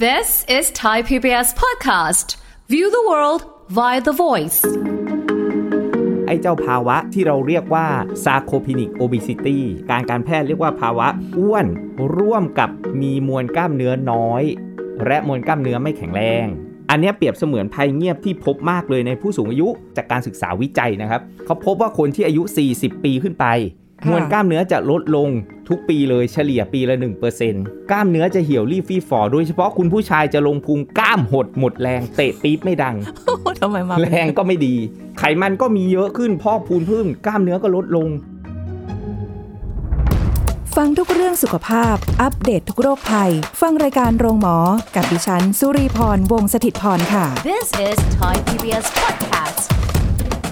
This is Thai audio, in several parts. This is Thai PBS podcast. View the world via the voice. ไอ้เจ้าภาวะที่เราเรียกว่าซาโคพินิกโอบิซิตี้การการแพทย์เรียกว่าภาวะอ้วน ร่วมกับมีมวลกล้ามเนื้อน้อย และมวลกล้ามเนื้อไม่แข็งแรง อันเนี้ยเปรียบเสมือนภัยเงียบที่พบมากเลยในผู้สูงอายุจากการศึกษาวิจัยนะครับ เขาพบว่าคนที่อายุ 40 ปีขึ้นไป ค่ะ มวลกล้ามเนื้อจะลดลงทุกปีเลยเฉลี่ยปีละ 1%กล้ามเนื้อจะเหี่ยวรีบฟีฟอโดยเฉพาะคุณผู้ชายจะลงพุงกล้ามหดหมดแรงเตะปี๊บไม่ดัง โอ้โหทำไมมา แรงก็ไม่ดี ไขมันก็มีเยอะขึ้น พอกพูนพึ่งกล้ามเนื้อก็ลดลง ฟังทุกเรื่องสุขภาพ อัปเดตททุกโรคภัย ฟังรายการโรงหมอ กับดิฉัน สุรีพร วงศิตพรค่ะ This is Thai PBS podcast.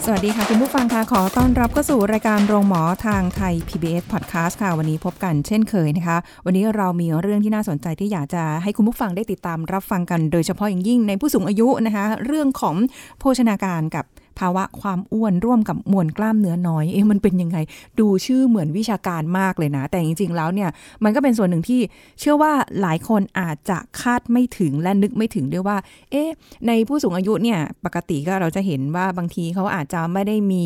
สวัสดีค่ะ คุณผู้ฟังค่ะ ขอต้อนรับเข้าสู่รายการโรงหมอทางไทย PBS Podcast ค่ะ วันนี้พบกันเช่นเคยนะคะ วันนี้เรามีเรื่องที่น่าสนใจที่อยากจะให้คุณผู้ฟังได้ติดตามรับฟังกัน โดยเฉพาะอย่างยิ่งในผู้สูงอายุนะคะ เรื่องของโภชนาการกับภาวะความอ้วนร่วมกับมวลกล้ามเนื้อน้อย เอ๊ะมันเป็นยังไง ดูชื่อเหมือนวิชาการมากเลยนะ แต่จริงๆแล้วเนี่ย มันก็เป็นส่วนหนึ่งที่เชื่อว่าหลายคนอาจจะคาดไม่ถึงและนึกไม่ถึงด้วยว่า เอ๊ะ ในผู้สูงอายุเนี่ย ปกติก็เราจะเห็นว่าบางทีเขาอาจจะไม่ได้มี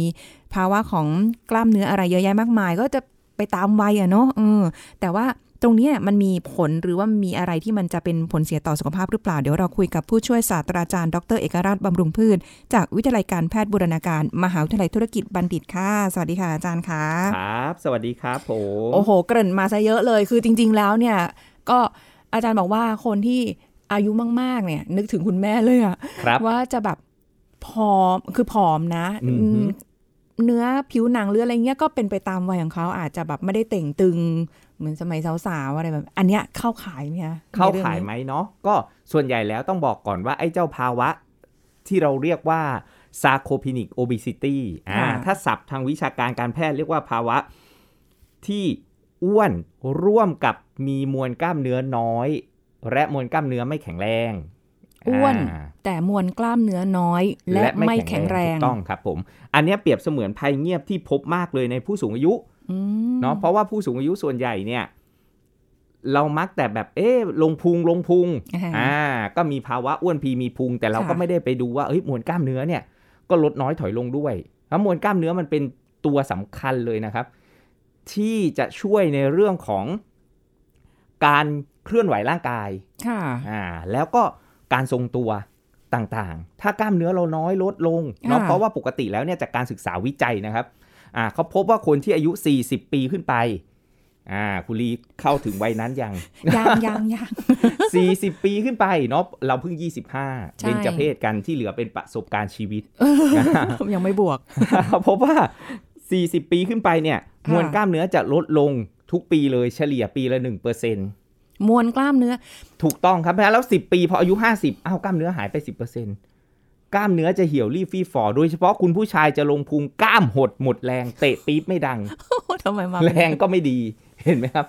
ภาวะของกล้ามเนื้ออะไรเยอะแยะมากมาย ก็จะไปตามวัยอะเนาะเออแต่ว่าตรงเนี้ยมันมีผลหรือว่ามีอะไรที่มันจะเป็นผลเสียต่อสุขภาพหรือเปล่า เดี๋ยวเราคุยกับผู้ช่วยศาสตราจารย์ดรเอกราชบำรุงพืช จากวิทยาลัยการแพทย์บูรณาการ มหาวิทยาลัยธุรกิจบัณฑิตค่ะ สวัสดีค่ะอาจารย์ค่ะ ครับ สวัสดีครับผม โอ้โห เกริ่นมาซะเยอะเลย คือจริง ๆ แล้วเนี่ย ก็อาจารย์บอกว่าคนที่อายุมาก ๆ เนี่ย นึกถึงคุณแม่เลยอะ ครับ ว่าจะแบบผอม คือผอมนะ อือหือ เนื้อผิวหนังหรืออะไรเงี้ย ก็เป็นไปตามวัยของเขา อาจจะแบบไม่ได้เต่งตึง เหมือนสมัยสาว ๆ อะไรแบบ อันเนี้ยเข้าขายไหมคะ เข้า ในรื่องนี้ ขายไหมเนาะ ก็ส่วนใหญ่แล้วต้องบอกก่อนว่าไอ้เจ้าภาวะที่เราเรียกว่าซาโคพินิกโอบิซิตี้อ่า ค่ะ ถ้าศัพท์ทางวิชาการการแพทย์เรียกว่าภาวะที่อ้วนร่วมกับมีมวลกล้ามเนื้อน้อย และมวลกล้ามเนื้อไม่แข็งแรง อ้วน า แต่มวลกล้ามเนื้อน้อย และไม่แข็งแรง ถูกต้องครับผม อันเนี้ยเปรียบเสมือนภัยเงียบที่พบมากเลยในผู้สูงอายุ อืม เนาะเพราะว่าผู้สูงอายุส่วนใหญ่เนี่ย เรามักแต่แบบเอ๊ะลงพุงลงพุง อ่าฮะ อ่าก็มีภาวะอ้วนพีมีพุง แต่เราก็ ค่ะ ไม่ได้ไปดูว่าเอ้ยมวลกล้ามเนื้อเนี่ย ก็ลดน้อยถอยลงด้วยแล้วมวลกล้ามเนื้อมันเป็นตัวสำคัญเลยนะครับ ที่จะช่วยในเรื่องของการเคลื่อนไหวร่างกาย ค่ะ อ่าแล้วก็การทรงตัวต่างๆ ถ้ากล้ามเนื้อเราน้อยลดลงเนาะ ค่ะ เพราะว่าปกติแล้วเนี่ยจากการศึกษาวิจัยนะครับอ่าเขาพบว่าคนที่อายุ 40 ปีขึ้นไปอ่าคุณลีเข้าถึงวัยนั้น ยัง ยางยางยาง 40 ปีขึ้นไปเนาะเราเพิ่ง 25 ใช่ เป็นจเพศกันที่เหลือเป็นประสบการณ์ชีวิต ยังไม่บวก เขาพบว่า 40 ปีขึ้นไปเนี่ยมวลกล้ามเนื้อจะลดลงทุกปีเลยเฉลี่ยปีละ1%เ มวลกล้ามเนื้อ ถูกต้องครับเพราะฉะนั้นแล้ว 10 ปีพออายุ 50อ้าวกล้ามเนื้อหายไป 10%กล้ามเนื้อจะเหี่ยวรีบฟีฟอโดยเฉพาะคุณผู้ชายจะลงพุงกล้ามหดหมดแรงเตะปี๊บไม่ดัง ทำไมมา แรงก็ไม่ดีเห็นไหมครับ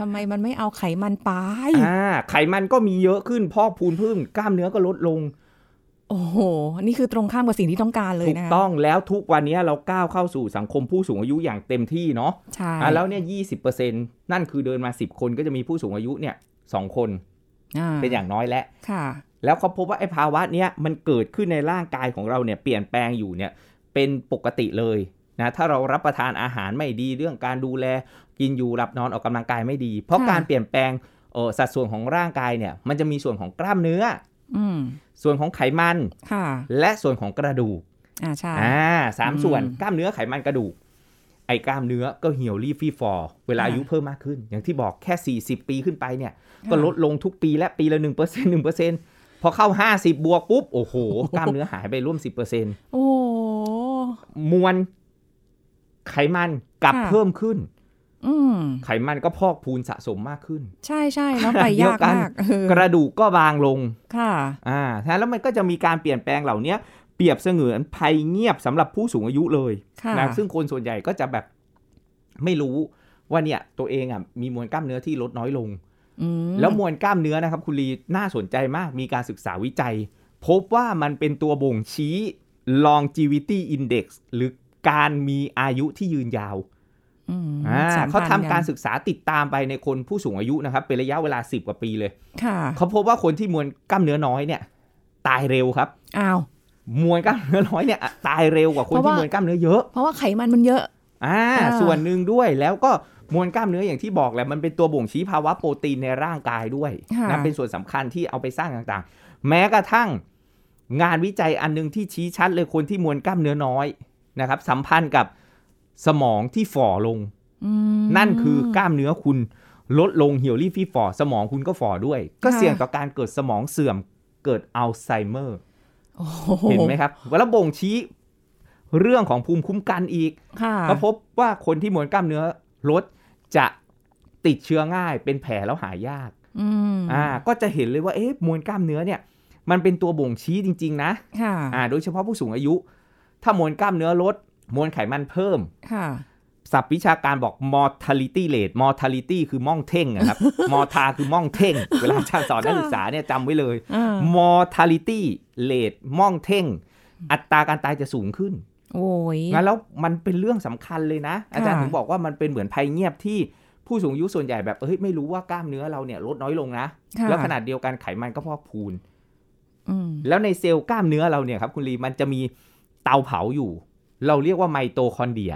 ทำไมมันไม่เอาไขมันไป อ่าไขมันก็มีเยอะขึ้นพอกพูนพึ่งกล้ามเนื้อก็ลดลง โอ้โห นี่คือตรงข้ามกับสิ่งที่ต้องการเลย ถูก นะ ต้องแล้วทุกวันนี้เราก้าวเข้าสู่สังคมผู้สูงอายุอย่างเต็มที่เนาะ ใช่ อ่ะแล้วเนี่ยยีนั่นคือเดินมา 10 คนก็จะมีผู้สูงอายุเนี่ยสองคน อ่า เป็นอย่างน้อยแล้ว ค่ะ แล้วเขาพบว่าไอ้ภาวะเนี้ยมันเกิดขึ้นในร่างกายของเราเนี่ยเปลี่ยนแปลงอยู่เนี่ยเป็นปกติเลยนะถ้าเรารับประทานอาหารไม่ดีเรื่องการดูแลกินอยู่หลับนอนออกกำลังกายไม่ดี เพราะ ค่ะ การเปลี่ยนแปลงเอ่อสัดส่วนของร่างกายเนี่ยมันจะมีส่วนของกล้ามเนื้อ อืม ส่วนของไขมัน ค่ะ และส่วนของกระดูก อ่าใช่ อ่าสาม อืม ส่วนกล้ามเนื้อไขมันกระดูก ไอ้กล้ามเนื้อก็เหี่ยวรีบฟีฟอร์เวลาอายุ ค่ะ เพิ่มมากขึ้น อย่างที่บอกแค่ 40 ปีขึ้นไปเนี่ย ก็ลดลงทุกปีและปีละ1% 1%พอเข้า 50 บวกปุ๊บ โอ้โห กล้ามเนื้อหายไปร่วม โอ้โห 10%มวลไขมันกลับ ค่ะ เพิ่มขึ้น อืม ไขมันก็พอกพูนสะสมมากขึ้น ใช่ใช่แล้วไปยากมากเออก ระดูกก็บางลง ค่ะ อ่าแล้วมันก็จะมีการเปลี่ยนแปลงเหล่านี้เปรียบเสมือนภัยเงียบสำหรับผู้สูงอายุเลย ค่ะ นะซึ่งคนส่วนใหญ่ก็จะแบบไม่รู้ว่าเนี่ยตัวเองอ่ะมีมวลกล้ามเนื้อที่ลดน้อยลง อืม แล้วมวลกล้ามเนื้อนะครับคุณลีน่าสนใจมาก มีการศึกษาวิจัย พบว่ามันเป็นตัวบ่งชี้ longevity index หรือการมีอายุที่ยืนยาว อืม อ่า สม เขาทำ พัน การ กัน ศึกษาติดตามไปในคนผู้สูงอายุนะครับเป็นระยะเวลา 10 กว่าปีเลย ค่ะ เขาพบว่าคนที่มวลกล้ามเนื้อน้อยเนี่ยตายเร็วครับ อ้าว มวลกล้ามเนื้อน้อยเนี่ยอ่ะตายเร็วกว่าคน เพราะ ที่ ว่า มวลกล้ามเนื้อเยอะ เพราะว่าไขมันมันเยอะ อ่า อ่า ส่วนหนึ่งด้วยแล้วก็มวลกล้ามเนื้ออย่างที่บอกแหละมันเป็นตัวบ่งชี้ภาวะโปรตีนในร่างกายด้วย ค่ะ นะเป็นส่วนสำคัญที่เอาไปสร้างต่างๆ แม้กระทั่งงานวิจัยอันหนึงที่ชี้ชัดเลยคนที่มวลกล้ามเนื้อน้อยนะครับสัมพันธ์กับสมองที่ฝ่อลง อืม นั่นคือกล้ามเนื้อคุณลดลงเหี่ยวรีบฟีฝ่อสมองคุณก็ฝ่อด้วย ก็ ค่ะ เสี่ยงต่อการเกิดสมองเสื่อมเกิดอัลไซเมอร์ โอ้โ เห็นไหมครับแล้วบ่งชี้เรื่องของภูมิคุ้มกันอีก ค่ะ ก็พบว่าคนที่มวลกล้ามเนื้อลดจะติดเชื้อง่าย เป็นแผลแล้วหายาก อืม อ่า ก็จะเห็นเลยว่า เอ๊ะ มวลกล้ามเนื้อเนี่ย มันเป็นตัวบ่งชี้จริง ๆ นะ ค่ะ อ่า โดยเฉพาะผู้สูงอายุ ถ้ามวลกล้ามเนื้อลด มวลไขมันเพิ่ม ค่ะ ศัพท์วิชาการบอก mortality rate mortality คือม่องเท่งนะครับ morta คือม่องเท่ง เวลาอาจารย์สอนนักศึกษาเนี่ยจำไว้เลย อ่า mortality rate ม่องเท่ง อัตราการตายจะสูงขึ้น โอ้ย งั้นแล้วมันเป็นเรื่องสำคัญเลยนะ อาจารย์ ค่ะ ถึงบอกว่ามันเป็นเหมือนภัยเงียบที่ผู้สูงอายุส่วนใหญ่แบบเอ้ยไม่รู้ว่ากล้ามเนื้อเราเนี่ยลดน้อยลงนะ ค่ะ แล้วขนาดเดียวกันไขมันก็พอกพูน อืม แล้วในเซลล์กล้ามเนื้อเราเนี่ยครับคุณลีมันจะมีเตาเผาอยู่ เราเรียกว่าไมโตคอนเดรีย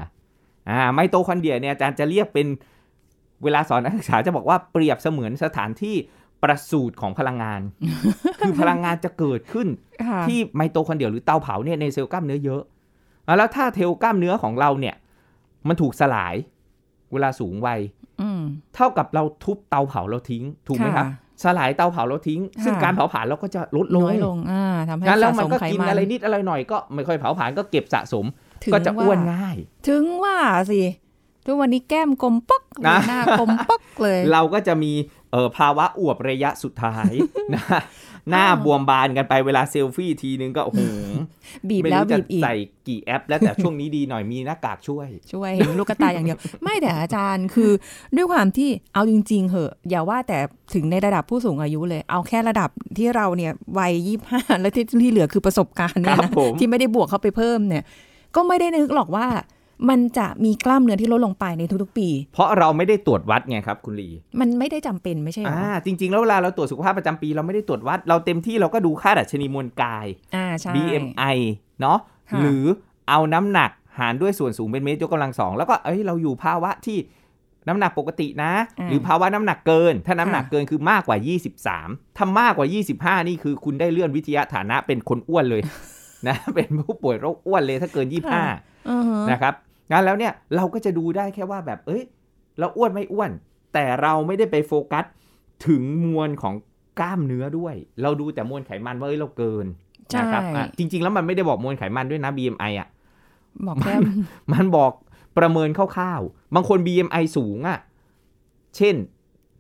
อ่าไมโตคอนเดรียเนี่ยอาจารย์จะเรียกเป็นเวลาสอนนักศึกษาจะบอกว่าเปรียบเสมือนสถานที่ประสูติของพลัง งาน คือพลังงานจะเกิดขึ้น ค่ะ ที่ไมโตคอนเดรียหรือเตาเผาเนี่ยในเซลล์กล้ามเนื้อเยอะอ่ะแล้วถ้าเทลกล้ามเนื้อของเราเนี่ย มันถูกสลาย เวลาสูงวัย อืม เท่ากับเราทุบเตาเผาเราทิ้ง ถูกไหมครับ ค่ะ สลายเตาเผาเราทิ้ง ซึ่ง ค่ะ การเผาผลาญเราก็จะลดลง น้อยลงอ่าทำให้ งั้นแล้วมัสะส น ม ก็ ไข กิน มัน อะไรนิดอะไรหน่อยก็ไม่ค่อยเผาผลาญก็เก็บสะสม ถึง ก็จะอ้วน า ง่าย ถึงว่าสิ ทุกวันนี้แก้มกลมป๊อก นะ หน้ากลมป๊อกเลย เราก็จะมีเอ่อภาวะอ้วบระยะสุดท้าย นะหน้า อ้าว บวมบานกันไปเวลาเซลฟี่ทีนึงก็โอ้โห บีบ ไม่ แล้ว รู้จะ บีบอีก ใส่กี่แอป แล้วแต่ช่วงนี้ดีหน่อยมีหน้ากากช่วย ช่วยเห็นลูกกระตายอย่างเดียว ไม่แต่อาจารย์คือด้วยความที่เอาจริง ๆเหอะ อย่าว่าแต่ถึงในระดับผู้สูงอายุเลย เอาแค่ระดับที่เราเนี่ยวัยยี่ห้าแล้วที่ที่เหลือคือประสบการณ์เนี่ย ครั นะ บผม ที่ไม่ได้บวกเข้าไปเพิ่มเนี่ย ก็ไม่ได้นึกหรอกว่า มันจะมีกล้ามเนื้อที่ลดลงไปในทุกๆปี เพราะเราไม่ได้ตรวจวัดไงครับคุณลี มันไม่ได้จำเป็นไม่ใช่เหรอ อ่าจริง ๆ แล้วเวลาเราตรวจสุขภาพประจำปีเราไม่ได้ตรวจวัด เราเต็มที่เราก็ดูค่าดัชนีมวลกาย อ่าใช่ BMI เนาะ ค่ะ หรือเอาน้ำหนักหารด้วยส่วนสูงเป็นเมตรยกกำลังสองแล้วก็เอ้ยเราอยู่ภาวะที่น้ำหนักปกตินะ อ่า หรือภาวะน้ำหนักเกิน ถ้าน้ำหนัก ค่ะ เกินคือมากกว่า 23 ถ้ามากกว่า 25 นี่คือคุณได้เลื่อนวิทยาฐานะเป็นคนอ้วนเลย นะ เป็นผู้ป่วยโรคอ้วนเลยถ้าเกิน 25 อือฮะ นะครับงั้นแล้วเนี่ยเราก็จะดูได้แค่ว่าแบบเอ้ยเราอ้วนไม่อ้วน แต่เราไม่ได้ไปโฟกัสถึงมวลของกล้ามเนื้อด้วย เราดูแต่มวลไขมันว่าเอ้ยเราเกิน ใช่ นะครัอ่ะจริง ๆ แล้วมันไม่ได้บอกมวลไขมันด้วยนะ BMI อ่ะ บอกแก้ม มันบอกประเมินคร่าวๆ บางคน BMI สูงอ่ะเช่น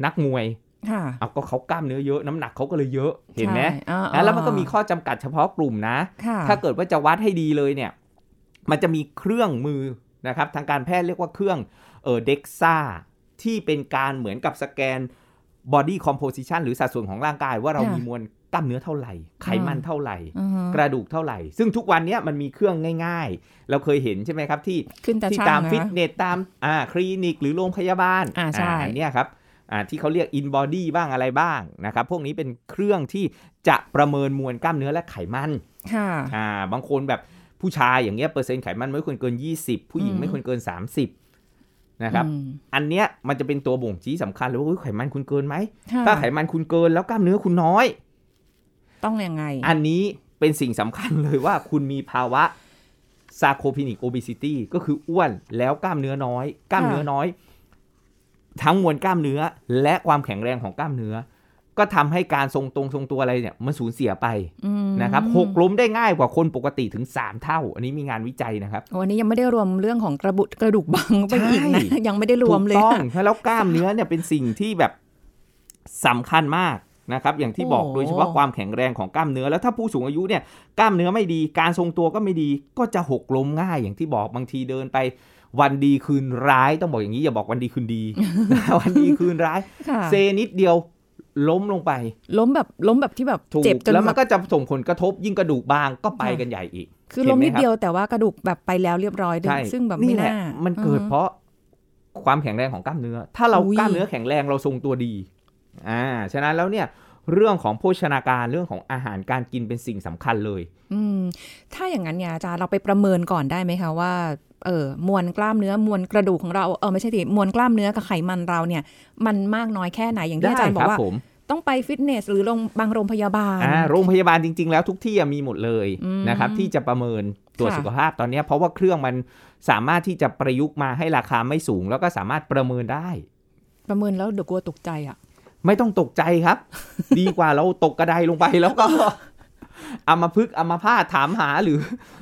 นักมวย ค่ะ เอาก็เขากล้ามเนื้อเยอะน้ำหนักเขาก็เลยเยอะเห็นไหม ใช่อ่า อ่ะแล้วมันก็มีข้อจำกัดเฉพาะกลุ่มนะ ค่ะ ถ้าเกิดว่าจะวัดให้ดีเลยเนี่ย มันจะมีเครื่องมือนะครับ ทางการแพทย์เรียกว่าเครื่องเออเด็กซ่าที่เป็นการเหมือนกับสแกน Body Composition หรือสัดส่วนของร่างกาย ว่าเรามีมวลกล้ามเนื้อเท่าไหร่ ไขมันเท่าไหร่ อือฮะ กระดูกเท่าไหร่ ซึ่งทุกวันเนี้ยมันมีเครื่องง่าย ๆ เราเคยเห็นใช่ไหมครับ ที่ ขึ้นแต่ ที่ ช่าง ตาม นะ ฟิตเนสตามอ่าคลินิกหรือโรงพยาบาล อ่าใช่ นเนี่ยครับอ่าที่เขาเรียก in body บ้างอะไรบ้างนะครับพวกนี้เป็นเครื่องที่จะประเมินมวลกล้ามเนื้อและไขมัน ค่ะ อ่าบางคนแบบผู้ชายอย่างเงี้ยเปอร์เซ็นต์ไขมันไม่ควรเกิน 20 ผู้หญิง อืม ไม่ควรเกิน 30นะครับ อืม อันเนี้ยมันจะเป็นตัวบ่งชี้สำคัญเลยว่าเฮ้ยไขมันคุณเกินไหม ค่ะ ถ้าไขมันคุณเกินแล้วกล้ามเนื้อคุณน้อย ต้องยังไง อันนี้เป็นสิ่งสำคัญเลยว่าคุณมีภาวะซาโคพินิกโอบิซิตี้ก็คืออ้วนแล้วกล้ามเนื้อน้อย กล้ามเนื้อน้อย ทั้งมวลกล้ามเนื้อและความแข็งแรงของกล้ามเนื้อ ก็ทำให้การทรงตรงทรงตัวอะไรเนี่ยมันสูญเสียไป อืม นะครับหกล้มได้ง่ายกว่าคนปกติถึง 3 เท่า อันนี้มีงานวิจัยนะครับ วันนี้ยังไม่ได้รวมเรื่องของกระบุกระดูกบัง ไปอีกนะ ใช่ ยังไม่ได้รวมเลย ถูกต้อง ค่ะ แล้วกล้ามเนื้อเนี่ยเป็นสิ่งที่แบบสำคัญมากนะครับ อย่างที่บอก โอ้โห โดยเฉพาะความแข็งแรงของกล้ามเนื้อ แล้วถ้าผู้สูงอายุเนี่ยกล้ามเนื้อไม่ดี การทรงตัวก็ไม่ดี ก็จะหกล้มง่าย อย่างที่บอกบางทีเดินไป วันดีคืนร้ายต้องบอกอย่างนี้อย่าบอกวันดีคืนดี วันดีคืนร้าย ค่ะ เซนิดเดียวล้มลงไป ล้มแบบล้มแบบที่แบบ ถูก เจ็บจน แล้ว แบ มัน บ ก็จะส่งผลกระทบยิ่งกระดูกบางก็ไปกันใหญ่อีก คือ เห็น ล้ม ไหม นิด ครับ เดียวแต่ว่ากระดูกแบบไปแล้วเรียบร้อยด้วย ใช่ ซึ่งแบบไม่ แหละ น่า มันเกิด อือ เพราะ ความแข็งแรงของกล้ามเนื้อ ถ้าเรา อุ๊ย กล้ามเนื้อแข็งแรงเราทรงตัวดีอ่าฉะนั้นแล้วเนี่ยเรื่องของโภชนาการเรื่องของอาหารการกินเป็นสิ่งสำคัญเลย อืมถ้าอย่างนั้นเนี่ยอาจารย์เราไปประเมินก่อนได้ไหมคะว่าเออมวลกล้ามเนื้อมวลกระดูกของเราเออไม่ใช่ดิมวลกล้ามเนื้อกับไขมันเราเนี่ย มันมากน้อยแค่ไหนอย่างที่ ได้ อาจารย์บ ค อ รั ก บ ว่า ผม ต้องไปฟิตเนสหรือโรงบางโรงพยาบาล อ่าโรงพยาบาลจริง ๆ แล้วทุกที่อะมีหมดเลย อืม นะครับที่จะประเมินตัวจ ค่ะ สุขภาพตอนเนี้ยเพราะว่าเครื่องมันสามารถที่จะประยุกต์มาให้ราคาไม่สูง แล้วก็สามารถประเมินได้ ประเมินแล้วเดี๋ยวกลัวตกใจอ่ะ ไม่ต้องตกใจครับ ดีกว่าเราตกกระไดลงไปแล้ว ก็ อามาพึกษ์อามาพาตถามหาหรือ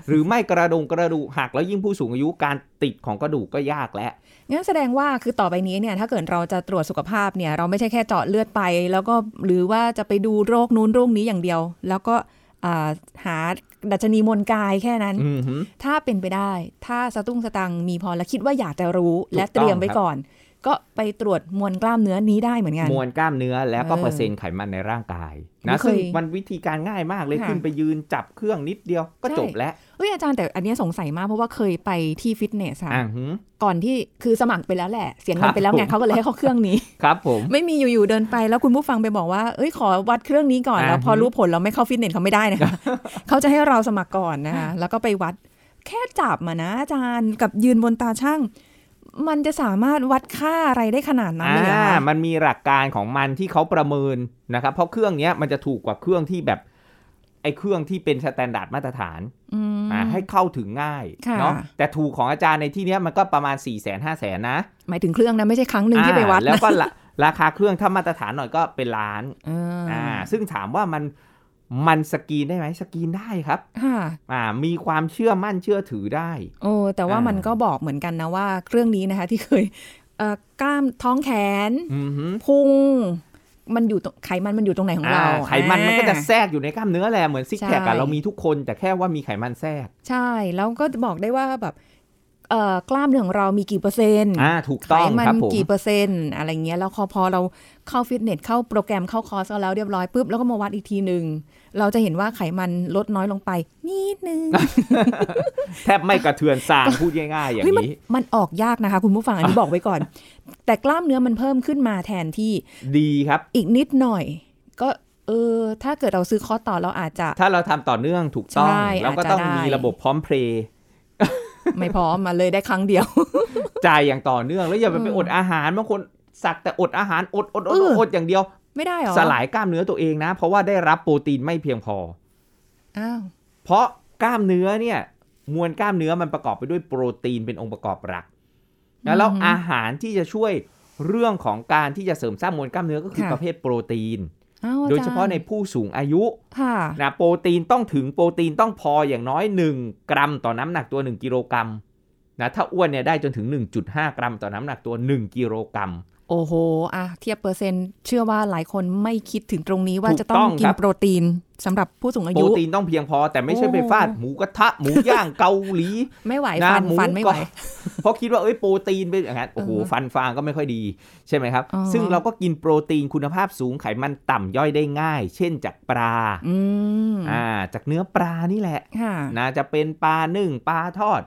หรือไม่กระดงกระดูกหักแล้วยิ่งผู้สูงอายุการติดของกระดูกก็ยากแล้ว งั้นแสดงว่าคือต่อไปนี้เนี่ยถ้าเกิดเราจะตรวจสุขภาพเนี่ย เราไม่ใช่แค่เจาะเลือดไป แล้วก็หรือว่าจะไปดูโรคนู้นโรคนี้อย่างเดียว แล้วก็อ่าหาดัชนีมวลกายแค่นั้น อือหือ ถ้าเป็นไปได้ ถ้าสตุ้งสตังมีพอและคิดว่าอยากจะรู้และ ถูกต้อง เตรียมไว้ก่อน ก็ไปตรวจมวลกล้ามเนื้อนี้ได้เหมือนกัน มวลกล้ามเนื้อแล้วก็ เออ เปอร์เซ็นต์ไขมันในร่างกาย ไม่ นะ เคย ซึ่งมันวิธีการง่ายมากเลย ค่ะ ขึ้นไปยืนจับเครื่องนิดเดียวก็ ใช่ จบแล้ว เอ้ยอาจารย์แต่อันเนี้ยสงสัยมากเพราะว่าเคยไปที่ฟิตเนสค่ะ อ่าหือ ก่อนที่คือสมัครไปแล้วแหละ เสียเงิ ครั น บ ไปแล้วไง ผม เขาก็เลยให้เขาเครื่องนี้ ครับผม ไม่มีอยู่ๆเดินไปแล้วคุณผู้ฟังไปบอกว่า เอ้ยขอวัดเครื่องนี้ก่อน อ่า แล้วพอรู้ผลเราไม่เข้าฟิตเนสเขาไม่ได้นะคะ เขาจะให้เราสมัครก่อนนะคะแล้วก็ไปวัดแค่จับมานะอาจารย์กับยืนบนตาช่าง มันจะสามารถวัดค่าอะไรได้ขนาดนั้อ่านเลยเหรอคะ มันมีหลักการของมันที่เขาประเมินนะครับ เพราะเครื่องเนี้ยมันจะถูกกว่าเครื่องที่แบบไอ้เครื่องที่เป็นสแตนดาร์ดมาตรฐาน อืม อ่าให้เข้าถึงง่าย ค่ะ เนาะแต่ถูกของอาจารย์ในที่เนี้ยมันก็ประมาณ 4 0 0 0 0 0 5 0 0 0 0นะ หมายถึงเครื่องนะไม่ใช่ครั้งหนึ่งที่ไปวัด อ่าแล้ว นะ ก็ละราคาเครื่องถ้ามาตรฐานหน่อยก็เป็นล้าน อ่า อ่าซึ่งถามว่ามันมันสกรีนได้ไหมสกรีนได้ครับ ค่ะ อ่ามีความเชื่อมั่นเชื่อถือได้ โอ้แต่ว่า อ่ามั มันก็บอกเหมือนกันนะว่าเครื่องนี้นะคะ ที่เคยเอ่อกล้ามท้องแขน อือหือ พุงมันอยู่ตรงไขมันมันอยู่ตรงไหนของเรา อ่ไขมันมันก็จะแทรกอยู่ในกล้ามเนื้อแหละเหมือนซิกแพค ใช่ อะเรามีทุกคนแต่แค่ว่ามีไขมันแทรก ใช่ แล้วก็บอกได้ว่าแบบเอ่อกล้ามเนื้อของเรามีกี่เปอร์เซ็นต์ อ่าถูก ไข ต้อง มั ครับผม กี่เปอร์เซ็นต์อะไรเงี้ยแล้วพอพอเราเข้าฟิตเนสเข้าโปรแกรมเข้าคอร์สเอาแล้วเรียบร้อยปุ๊บแล้วก็มาวัดอีกทีหนึ่งเราจะเห็นว่าไขมันลดน้อยลงไป นิดนึง แทบไม่กระเทือนสาง พูดง่ายๆอย่าง เฮ้ยมัน นี้ มันออกยากนะคะ คุณผู้ฟังอันนี้บอกไว้ ก่อน แต่กล้ามเนื้อมันเพิ่มขึ้นมาแทนที่ ดีครับ อีกนิดหน่อย ก็เออถ้าเกิดเราซื้อคอร์สต่อเราอาจจะ ถ้าเราทำต่อเนื่องถูกต้อง ใช่ เราก็ต้อง อาจจะได้ มีระบบพร้อมเพลย์ ไม่พร้อมมาเลยได้ครั้งเดียว จ่ายอย่างต่อเนื่องแล้วอย่าไป อืม ไปอดอาหารบางคนสักแต่อดอาหารอดอดอ เอ ด อ อดอย่างเดียว ไม่ได้หรอ สลายกล้ามเนื้อตัวเองนะ เพราะว่าได้รับโปรตีนไม่เพียงพอ อ้าว เพราะกล้ามเนื้อเนี่ยมวลกล้ามเนื้อมันประกอบไปด้วยโปรตีนเป็นองค์ประกอบหลักนะแล้วอาหารที่จะช่วยเรื่องของการที่จะเสริมสร้างมวลกล้ามเนื้อก็คือประเภทโปรตีน อ้าวอรย์ โดยเฉพาะในผู้สูงอายุ ค่ะ นะโปรตีนต้องถึงโปรตีนต้องพออย่างน้อย 1 กรัมต่อน้ำหนักตัว 1 กิโลกรัมนะถ้าอ้วนเนี่ยได้จนถึง 1.5 กรัมต่อน้ำหนักตัว 1 กิโลกรัม โอ้โหอะเทียบเปอร์เซ็นต์ เชื่อว่าหลายคนไม่คิดถึงตรงนี้ว่า ถูก จะต้อง ต้อง กิ ครั น บ โปรตีนสำหรับผู้สูงอา โป ยุ รตีนต้องเพียงพอแต่ไม่ใช่ไป โอ้ ฟาดหมูกระทะ หมู ย่างเกาหลี ไม่ไหว ะ ฟัน หมู ฟันไม่ไหว กรอบ เพราะคิดว่าเอ้ยโปรตีนเป็นอย่างนั้นโอ้โห เออ ฟันฟางก็ไม่ค่อยดี ใช่ไหมครับ อ๋อ ซึ่งเราก็กินโปรตีนคุณภาพสูงไขมันต่ำย่อยได้ง่าย เช่นจากปลา อืม อ่าจากเนื้อปลานี่แหละ ค่ะ นะจะเป็นปลานึ่งปลาทอด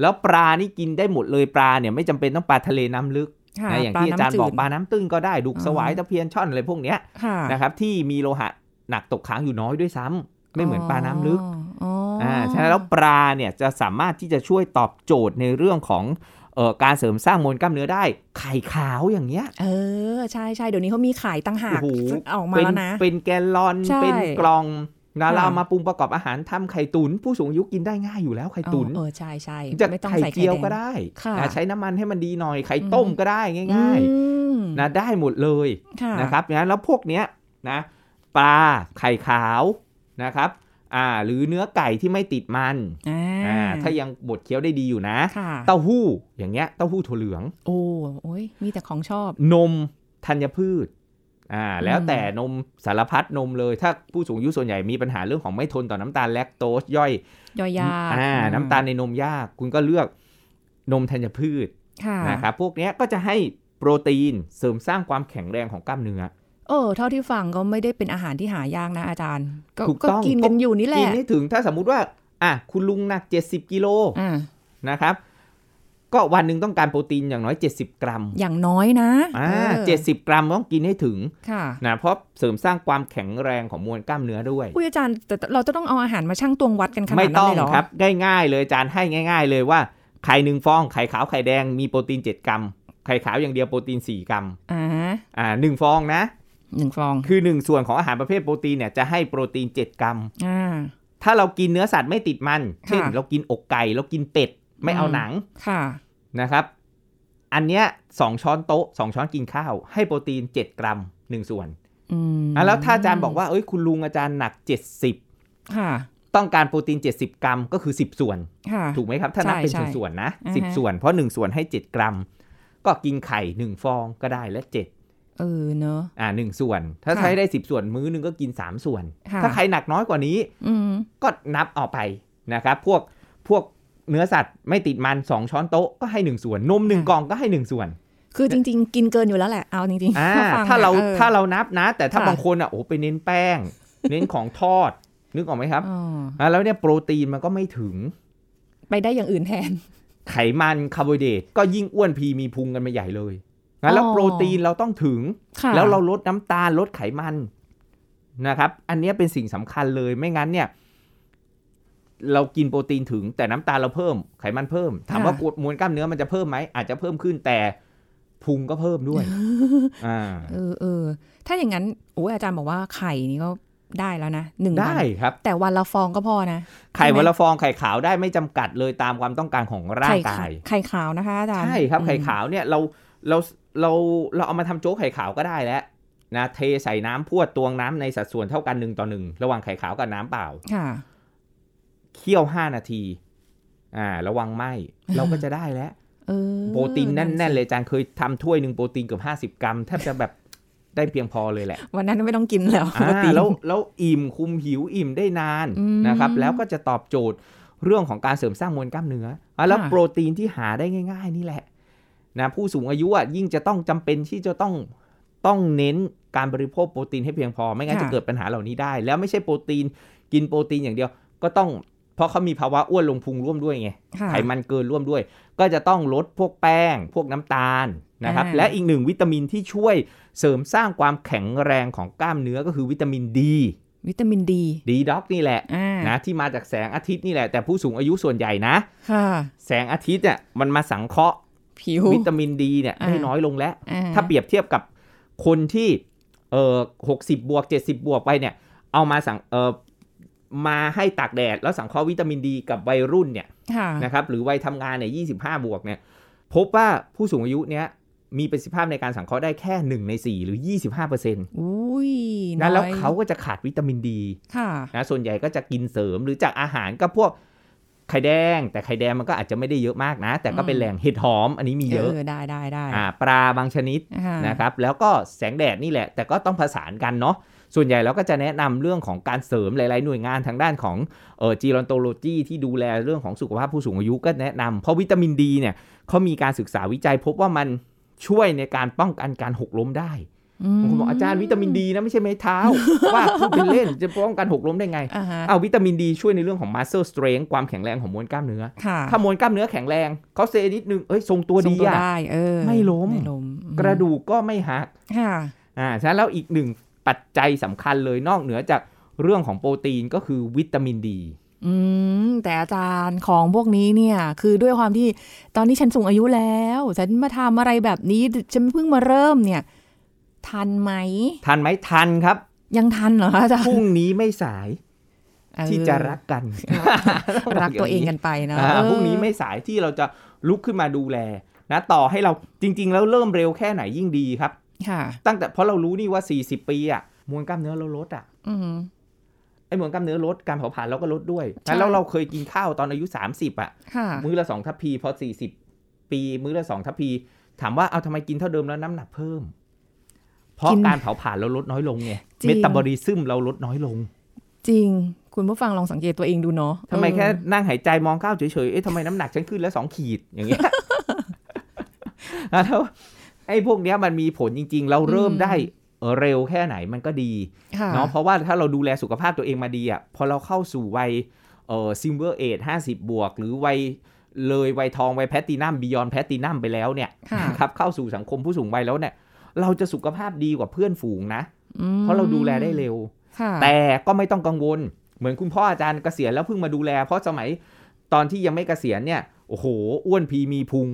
แล้วปลานี่กินได้หมดเลยปลาเนี่ยไม่จำเป็นต้องปลาทะเลน้ำลึก ค่ะ นะอย่าง ปลา ที่อาจารย์บน้ำจื อก ด ปลาน้ำตื้นก็ได้ดุก อ๋อ สวายตะเพียนช่อนอะไรพวกเนี้ย ค่ะ นะครับที่มีโลหะหนักตกค้างอยู่น้อยด้วยซ้ำไม่เหมือนปลาน้ำลึก อ๋ออ อ่าใช่แล้วปลาเนี่ยจะสามารถที่จะช่วยตอบโจทย์ในเรื่องของเอ่อการเสริมสร้างมวลกล้ามเนื้อได้ ไข่ขาวอย่างเงี้ย เออ ใช่ใช่เดี๋ยวนี้เขามีขายตั้งหา โอ้ ก โห ออกมา เป็น แล้วนะ เป็นแกลลอน ใช่ เป็นกล่องนะ ค่ะ เราเอามาปรุงประกอบอาหารทำไข่ตุน๋นผู้สูงอายุกินได้ง่ายอยู่แล้วไข่ตุน๋น อ๋อเออใช่ใช่ จะ ไม่ต้อง ไข่ ใส่ไข่ เจียว แดง ก็ได้ ค่ะ นะใช้น้ำมันให้มันดีหน่อยไข่ อืม ต้มก็ได้ง่าย อืม ๆนะได้หมดเลย ค่ะ นะครับงั้นแล้วพวกเนี้ยนะปลาไข่ขาวนะครับอ่าหรือเนื้อไก่ที่ไม่ติดมัน อ่า อ่าถ้ายังบดเคี้ยวได้ดีอยู่นะ ค่ะ เต้าหู้อย่างเงี้ยเต้าหู้ถั่วเหลือง โอ้โอ้ยมีแต่ของชอบ นมธัญพืชอ่าแล้วแต่นมสารพัดนมเลย ถ้าผู้สูงอายุส่วนใหญ่มีปัญหาเรื่องของไม่ทนต่อน้ำตาลแลคโตสย่อย ยอยา อ่าน้ำตาลในนมยาก คุณก็เลือกนมธัญพืช ค่ะ นะครับพวกเนี้ยก็จะให้โปรตีนเสริมสร้างความแข็งแรงของกล้ามเนื้อ เออเท่าที่ฟังก็ไม่ได้เป็นอาหารที่หายากนะอาจารย์ ก็ ถูกต้อง ก็กินกันอยู่นี่แห กิ ละ นให้ถึงถ้าสมมุติว่าอ่ะคุณลุงหนัก 70กิโล อ่า นะครับ ก็วันหนึ่งต้องการโปรตีนอย่างน้อย 70 กรัม อย่างน้อยนะ อ่า ออ เจ็ดสิบกรัมต้องกินให้ถึง ค่ะ นะเพราะเสริมสร้างความแข็งแรงของมวลกล้ามเนื้อด้วย อุ้ยอาจารย์แต่เราจะต้องเอาอาหารมาชั่งตวงวัดกันขนาด ไม่ นั้น ต้อง เลยเหรอ ครับง่ายๆเลยอาจารย์ให้ง่าย ๆ เลยว่าไข่หนึ่งฟองไข่ขาวไข่แดงมีโปรตีน 7 กรัม ไข่ขาวอย่างเดียวโปรตีน 4 กรัม อ่า อ่าหนึ่งฟองนะ หนึ่งฟอง คือ 1 ส่วนของอาหารประเภทโปรตีนเนี่ยจะให้โปรตีน 7 กรัม อ่า ถ้าเรากินเนื้อสัตว์ไม่ติดมัน เช่น เรากินอกไก่เรากินเป็ดไม่เอา อืม หนัง ค่ะ นะครับ อันเนี้ยสองช้อนโต๊ะสองช้อนกินข้าว ให้โปรตีน 7 กรัม 1 ส่วน อืม อ่ะแล้วถ้าอาจารย์บอกว่าเอ้ยคุณลุงอาจารย์หนัก 70 ค่ะ ต้องการโปรตีน 70 กรัมก็คือ 10 ส่วน ค่ะ ถูกไหมครับ ถ้านับ ใช่ เป็น ใช่ ส่วนๆนะ อ่าฮะ สิบส่วนเพราะหนึ่งส่วนให้เจ็ดกรัม ก็กินไข่หนึ่งฟองก็ได้และเจ็ด เออเนอะ อ่าหนึ่งส่วน ถ้า ค่ะ ใช้ได้สิบส่วนมื้อหนึงก็กินสามส่วน ค่ะ ถ้าใครหนักน้อยกว่านี้ อืม ก็นับเอาไปนะครับ พวกพวกเนื้อสัตว์ไม่ติดมันสองช้อนโต๊ะก็ให้หนึ่งส่วน นมหนึ่งกล่องก็ให้หนึ่งส่วน คือจริง ๆ กินเกินอยู่แล้วแหละเอาจริงๆ อ่า ฟัง ถ้าเรา ออ ถ้าเรานับนะ แต่ถ้า ค่ะ บางคนอ่ะโอ้ไปเน้นแป้ง เน้นของทอดนึกออกไหมครับ อ๋อ อ่าแล้วเนี่ยโปรตีนมันก็ไม่ถึง ไปได้อย่างอื่นแทน ไขมันคาร์โบไฮเดรตก็ยิ่งอ้วนพีมีพุงกันมาใหญ่เลยงั้นแล้ว อ๋อ โปรตีนเราต้องถึง ค่ะ แล้วเราลดน้ำตาลลดไขมันนะครับ อันเนี้ยเป็นสิ่งสำคัญเลยไม่งั้นเนี่ย เรากินโปรตีนถึงแต่น้ำตาลเราเพิ่ม ไขมันเพิ่ม ถามว่ากดมวลกล้ามเนื้อมันจะเพิ่มไหมอาจจะเพิ่มขึ้นแต่พุงก็เพิ่ม ด้วย อ่า เออเออถ้าอย่างนั้นโอ้ยอาจารย์บอกว่าไข่นี่ก็ได้แล้วนะหนึ่งวั ได้ น ครับ แต่วันละฟองก็พอนะ ไข่ ใช่ไหม วันละฟองไข่ขาวได้ไม่จำกัดเลยตามความต้องการของร่างกาย ไข่ขาวนะคะอาจารย์ ใช่ครับ อืม ไข่ขาวเนี่ยเราเราเราเราเอามาทำโจ๊กไข่ขาวก็ได้แล้วนะเทใส่น้ำพรวดตวงน้ำในสัดส่วนเท่ากันหนึ่งต่อหนึ่งระหว่างไข่ขาวกับน้ำเปล่า ค่ะ เคี่ยวห้านาทีอ่าระวังไหมเราก็จะได้แล้ว เออ โปรตีนแน่น ๆ สิ เลยอาจารย์เคยทำถ้วยหนึ่งโปรตีนเกือบห้าสิบ50 กรัมแทบจะแบบได้เพียงพอเลยแหละ วันนั้นไม่ต้องกินแล้ว อ่า ปกติ แล้วแล้วอิ่มคุมหิวอิ่มได้นาน อืม นะครับ แล้วก็จะตอบโจทย์เรื่องของการเสริมสร้างมวลกล้ามเนื้ออ่ะแล้ว ค่ะ โปรตีนที่หาได้ง่าย ๆ นี่แหละ นะผู้สูงอายุอ่ะยิ่งจะต้องจำเป็นที่จะต้องต้องเน้นการบริโภคโปรตีนให้เพียงพอ ไม่งั้น ค่ะ จะเกิดปัญหาเหล่านี้ได้ แล้วไม่ใช่โปรตีนกินโปรตีนอย่างเดียว ก็ต้องเพราะเขามีภาวะอ้วนลงพุงร่วมด้วยไง ค่ะ ไขมันเกินร่วมด้วย ก็จะต้องลดพวกแป้ง พวกน้ำตาลนะครับ อ่า และอีกหนึ่งวิตามินที่ช่วยเสริมสร้างความแข็งแรงของกล้ามเนื้อก็คือวิตามินดี วิตามินดี ดีด็อกนี่แหละ อ่า นะที่มาจากแสงอาทิตย์นี่แหละแต่ผู้สูงอายุส่วนใหญ่นะ ค่ะ แสงอาทิตย์เนี่ยมันมาสังเคราะห์ ผิว วิตามินดีเนี่ย อ่า ได้น้อยลงแล้ว อ่ ถ้าเปรียบเทียบกับคนที่เออหกสิบบวกเจ็ดสิบบวกไปเนี่ย เอามาสั่งเออมาให้ตากแดด แล้วสังเคราะห์วิตามินดีกับวัยรุ่นเนี่ย ค่ะ นะครับหรือวัยทำงานเนี่ยยี่สิบห้าบวกเนี่ยพบว่าผู้สูงอายุเนี่ยมีประสิทธิภาพในการสังเคราะห์ได้แค่หนึ่งในสี่หรือยี่สิบห้าเปอร์เซ็นต์ อุ้ย นะแล้ว น้อย เขาก็จะขาดวิตามินดี ค่ะ นะส่วนใหญ่ก็จะกินเสริมหรือจากอาหารก็พวกไข่แดง แต่ไข่แดงมันก็อาจจะไม่ได้เยอะมากนะ แต่ก็เป็น อืม แหล่งเห็ดหอมอันนี้มีเยอะ ได้ได้ได้ อ่าปลาบางชนิด อ่า นะครับแล้วก็แสงแดดนี่แหละ แต่ก็ต้องผสานกันเนาะส่วนใหญ่เราก็จะแนะนำเรื่องของการเสริมหลาย ๆ หน่วยงานทางด้านของเอ่อจีรอนโตโลจีที่ดูแลเรื่องของสุขภาพผู้สูงอายุก็แนะนำเพราะวิตามินดีเนี่ยเขามีการศึกษาวิจัยพบว่ามันช่วยในการป้องกันการหกล้มได้บางคนบอกอาจารย์วิตามินดีนะไม่ใช่ไม้เท้า ว่าพูดเป็นเล่นจะป้องกันหกล้มได้ไง อ่าฮะ เอาวิตามินดีช่วยในเรื่องของ muscle strength ความแข็งแรงของมวลกล้ามเนื้อ ค่ะ ถ้ามวลกล้ามเนื้อแข็งแรงเขาเซนิดนึงเอ้ยทรงตัว ทร ดี งตัว อะ ได้เออ ไม่ล้ม ไม่ล้มอืม กระดูกก็ไม่หัก ค่ะ อ่าฉะนั้นแล้วอีกหนึ่งปัจจัยสำคัญเลยนอกเหนือจากเรื่องของโปรตีนก็คือวิตามินดี อืมแต่อาจารย์ของพวกนี้เนี่ย คือด้วยความที่ตอนนี้ฉันสูงอายุแล้ว ฉันมาทำอะไรแบบนี้ฉันเพิ่งมาเริ่มเนี่ย ทันไหม ทันไหมทัน ครับ ยังทันเหรอคะอาจาร พ ย์ รุ่งนี้ไม่สาย เออ ที่จะรักกัน รักตัวเองกันไปนะ อ่า เออ พรุ่งนี้ไม่สายที่เราจะลุกขึ้นมาดูแลนะต่อให้เราจริง ๆ แล้วเริ่มเร็วแค่ไหนยิ่งดีครับ ค่ะ ตั้งแต่เพราะเรารู้นี่ว่า 40 ปีอะมวลกล้ามเนื้อเราลดอะ อืม ไอ้มวลกล้ามเนื้อลดการเผาผลาญเราก็ลดด้วย ใช่ แล้วเราเคยกินข้าวตอนอายุ 30อะ ค่ะ มื้อละสองทัพพีพอสี่สิบปีมื้อละสองทัพพี ถามว่าเอาทำไมกินเท่าเดิมแล้วน้ำหนักเพิ่ม เพราะ กิน การเผาผลาญเราลดน้อยลงไง จริง เมตาบอลิซึมเราลดน้อยลง จริง คุณผู้ฟังลองสังเกตตัวเองดูเนาะ ทำไม เออ แค่นั่งหายใจมองข้าวเฉยๆเอ๊ะทำไมน้ำหนักฉันขึ้นแล้วสองขีดอย่างเงี้ย แล้วไอ้พวกเนี้ยมันมีผลจริง ๆ เราเริ่มได้เร็วแค่ไหนมันก็ดี ค่ะ เนาะเพราะว่าถ้าเราดูแลสุขภาพตัวเองมาดีอ่ะพอเราเข้าสู่วัยเอ่อซิมเบอร์เอทห้าสิบบวก หรือวัย เลยวัยทองวัยแพลตตินัมบียอนแพลตตินัมไปแล้วเนี่ย ค่ะ นะครับเข้าสู่สังคมผู้สูงวัยแล้วเนี่ย เราจะสุขภาพดีกว่าเพื่อนฝูงนะ อืม เพราะเราดูแลได้เร็ว ค่ะ แต่ก็ไม่ต้องกังวล เหมือนคุณพ่ออาจารย์เกษียณแล้วเพิ่งมาดูแล เพราะสมัยตอนที่ยังไม่เกษียณเนี่ยโอ้โห อ้วนพีมีพุง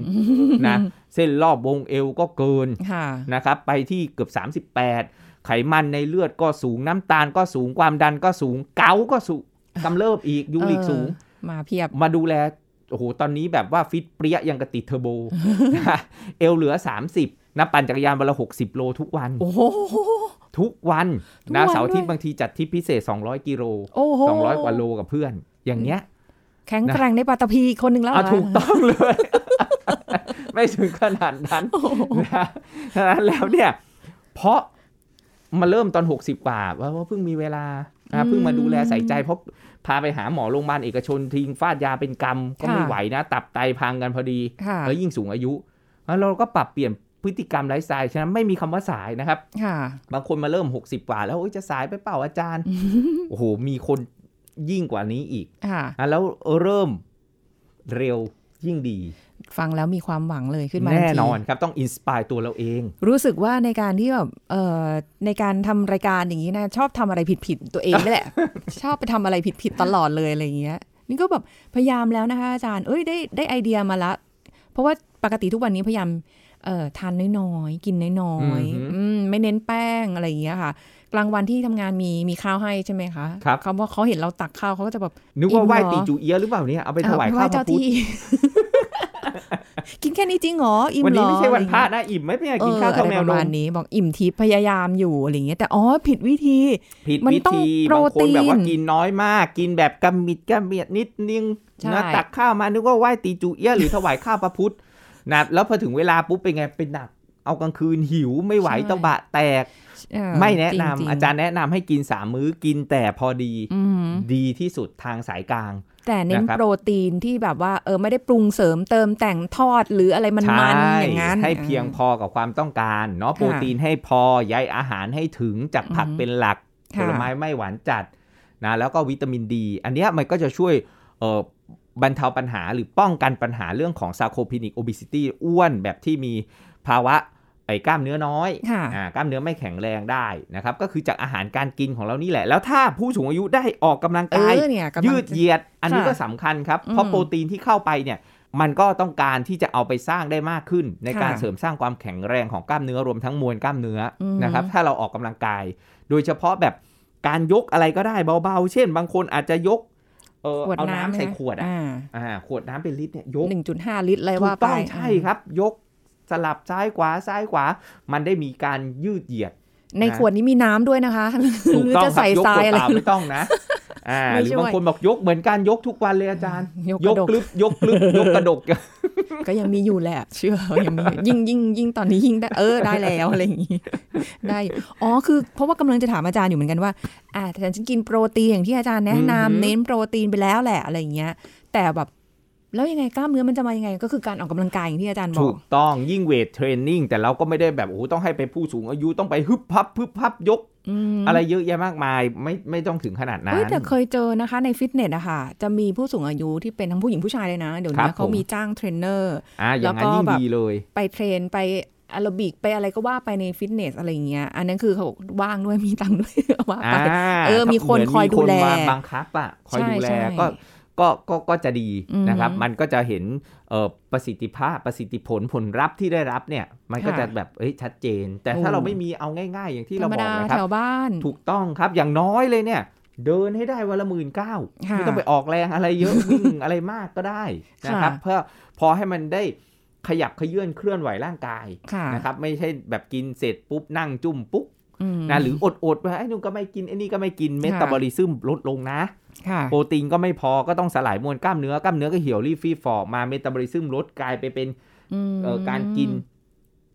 นะเส้นรอบวงเอวก็เกิน ค่ะ นะครับไปที่เกือบ 38 ไขมันในเลือดก็สูงน้ำตาลก็สูงความดันก็สูง เกาต์ก็สูงกำเริบอีกยูริก เออ สูง มาเพียบ มาดูแล โอ้โห ตอนนี้แบบว่าฟิตเปรี้ยยังกระติดเทอร์โบ เอวเหลือ 30 นะปั่นจักรยานวันละ 60 โลทุกวัน โอ้โห ทุกวัน ทุกวัน นะเสาร์อาทิตย์ด้วย บางทีจัดทริปพิเศษ 200 กิโล โอ้โห 200 กว่าโลกับเพื่อน อย่างเงี้ย แข็งแกร่งในปาตพีคนหนึ่งแล้วเหร อ่ะ อ ถูกต้อง เลย ไม่ถึงขนาดนั้นนะฉะนั้นแล้วเนี่ย เพราะมาเริ่มตอน 60กว่าว่าว่าเพิ่งมีเวลาอ่ะเพิ่งมาดูแลใส่ใจเพราะพาไปหาหมอโรงพยาบาลเอกชนทิ้งฟาดยาเป็นกรรม ก็ไม่ไหวนะ ตับไตพังกันพอดี ค่ะ แล้วยิ่งสูงอายุแล้วเราก็ปรับเปลี่ยนพฤติกรรมไลฟ์สไตล์ฉะนั้นไม่มีคำว่าสายนะครับ ค่ะ บางคนมาเริ่ม 60กว่า แล้วโอ๊ยจะสายไปเปล่าอา จารย์ โอ้โหมีคนยิ่งกว่านี้อีก ค่ะ อ่ะแล้วเริ่มเร็วยิ่งดี ฟังแล้วมีความหวังเลยขึ้นมาทั แน่ ที นอนครับ ต้องอินสปายตัวเราเอง รู้สึกว่าในการที่แบบเอ่อในการทำรายการอย่างนี้นะ ชอบทำอะไรผิดๆตัวเอง นี่แหละ ชอบไปทำอะไรผิดๆตลอดเลยอะไรอย่างเงี้ย นี่ก็แบบพยายามแล้วนะคะอาจารย์ เอ้ยได้ได้ไอเดียมาละ เพราะว่าปกติทุกวันนี้พยายามเอ่อทานน้อยๆ กินน้อยๆอืมไม่เน้นแป้งอะไรอย่างเงี้ยค่ะ กลางวันที่ทำงานมีมีข้าวให้ใช่ไหมคะ ครับ เขาว่าเขาเห็นเราตักข้าวเขาก็จะแบบ นึกว่าไหว้ อิ่มตีเหรอจูเอียะหรือเปล่าเนี่ยเอาไปถวาย เอ ข้าว ไห พระ เจ้า พุทธ ที่ กินแค่นี้จริงเหรออิ่มเหวันรอนี้ไม่ใช่วันพระ อไ นะอิ่มไหมเนี่ย อย่งกินเงี้ยข้าว เออ ข้าว อะไร แม ป วนระมาณ ม นี้บอกอิ่มทิพย์พยายามอยู่อะไรอย่างเงี้ยแต่อ๋อผิดวิธี ผิด มัน วิ ต้อง ธี โปร บางคนแบบว่า ตีน กินน้อยมาก กินแบบกำมิดกำเมียดนิดนึง ใช่ นะตักข้าวมานึกว่าไหว้ตีจูเอียะหรือถวายข้าวพระพุทธนะแล้วพอถึงเวลาปุ๊บเป็นไงเป็นหนัก เอากลางคืนหิวไม่ไหวตะบะแตก เออ ไม่แนะนำ จงๆ อาจารย์แนะนำให้กินสามมื้อกินแต่พอดี อืม ดีที่สุดทางสายกลาง แต่เน้น นะครับ โปรตีนที่แบบว่าเออไม่ได้ปรุงเสริมเติมแต่งทอดหรืออะไรมัน ใช่ มันอย่างนั้น ให้เพียงพอกับความต้องการเนาะ ค่ะ โปรตีนให้พอใยอาหารให้ถึงจากผัก อือหือ เป็นหลักผ ค่ะ ลไม้ไม่หวานจัดนะแล้วก็วิตามินดี อันเนี้ยมันก็จะช่วยเอ่อบรรเทาปัญหาหรือป้องกันปัญหาเรื่องของซาโคพินิกโอบิซิตี้อ้วนแบบที่มีภาวะไอ้กล้ามเนื้อน้อย ค่ะ อ่ากล้ามเนื้อไม่แข็งแรงได้นะครับก็คือจากอาหารการกินของเรานี่แหละ แล้วถ้าผู้สูงอายุได้ออกกำลัง เอก าย อเนี่ยกำลัง ยืดเหยียด อันนี้ ค่ะ ก็สำคัญครับ เพราะ อืม โปรตีนที่เข้าไปเนี่ย มันก็ต้องการที่จะเอาไปสร้างได้มากขึ้น ในการ ค่ะ เสริมสร้างความแข็งแรงของกล้ามเนื้อรวมทั้งมวลกล้ามเนื้ออ ม นะครับ ถ้าเราออกกำลังกาย โดยเฉพาะแบบการยกอะไรก็ได้เบาๆ เช่น บางคนอาจจะยกเออ ขวด เอา น้ำ น้ำใส่ขวดอะ อ่า อ่าขวดน้ำเป็นลิตรเนี่ยยก หนึ่งจุดห้าลิตรเลย ถู ว่าก ไป ต้องใช่ครับ ยกสลับซ้ายขวาซ้ายขวา มันได้มีการยืดเหยียด ใน นะ ขวดนี้มีน้ำด้วยนะคะห ถูก รือ ต้องคจะรับ ใส่ ยก ทราย ขวด อะไร เปล่าไม่ต้องนะอ่า ไม่ หรือ ช่วย บางคนบอกยกเหมือนกันยกทุกวันเลยอาจารย์ ยก ย ก ก ระดก กลึบยกก ลึบยกกระดก ก็ยังมีอยู่แหละ เชื่อยังมีอยู่ยิ่งยิ่งยิ่งตอนนี้ยิ่งได้เออได้แล้วอะไรอย่างนี้ได้อยู่อ๋อคือเพราะว่ากำลังจะถามอาจารย์อยู่เหมือนกันว่าอ่าแต่ฉันกินโปรตีนอย่างที่อาจารย์แนะนำ อือหือ เน้นโปรตีนไปแล้วแหละอะไรอย่างเงี้ย แต่แบบแล้วยังไงกล้ามเนื้อมันจะมายังไง ก็คือการออกกำลังกายอย่างที่อาจารย์บอ ถู ก กต้องยิ่งเวทเทรนนิ่งแต่เราก็ไม่ได้แบบโอ้โหต้องให้ไปผู้สูงอายุต้องไปฮึบพับฮึบพับยก อืม อะไรเยอะแยะมากมายไม่ไม่ต้องถึงขนาดนั้น เอ้ยแต่เคยเจอนะคะในฟิตเนสอะค่ะ จะมีผู้สูงอายุที่เป็นทั้งผู้หญิงผู้ชายเลยนะเดี๋ยว ครั นี้ บ เขา ผม มีจ้างเทรนเนอร์ อ่าอย่างนั้น แล้วก็ ยิ่ง แบบ ดีเลย ไปเทรนไปแอโรบิกไปอะไรก็ว่าไปในฟิตเนสอะไรอย่างเงี้ยอันนั้นคือเขาบอกว่างด้วยมีตังค์ด้วย ว่า อ่า ไป เออมีคน เหน คอยดูแล มาบังคับอ่ะคอย ใช่ ดูแล ใช่ ก็ก็ก็ก็จะดี อือฮึ นะครับ มันก็จะเห็นเอ่อประสิทธิภาพประสิทธิผลผลลัพธ์ที่ได้รับเนี่ย มันก็ ค่ะ จะแบบเอ้ยชัดเจน แต่ถ้า โอ้ เราไม่มีเอาง่าย ๆ อย่างที่ ธร เรา รม บอก ดา นะค แถ รับ วบ้าน ถูกต้องครับอย่างน้อยเลยเนี่ย เดินให้ได้วันละหมื่นเก้า ค่ะ ไม่ต้องไปออกแรงอะไรเย อะ วิ่งอะไรมากก็ได้นะครับ ค่ะ เพื่อพอให้มันได้ขยับเขยื่อนเคลื่อนไหวร่างกาย ค่ะ นะครับ ไม่ใช่แบบกินเสร็จปุ๊บนั่งจุ่มปุ๊บ อืม นะหรืออดอดๆไปไอ้นู่นก็ไม่กินไอ้นี่ก็ไม่กินเมตาบอลิซึมลดลงนะ ค่ะ โปรตีนก็ไม่พอก็ต้องสลายมวลกล้ามเนื้อกล้ามเนื้อก็เหี่ยวรีบฟรีฟอร์มาเมตาบอลิซึมลดกลายไปเป็นเอ่ออการกิน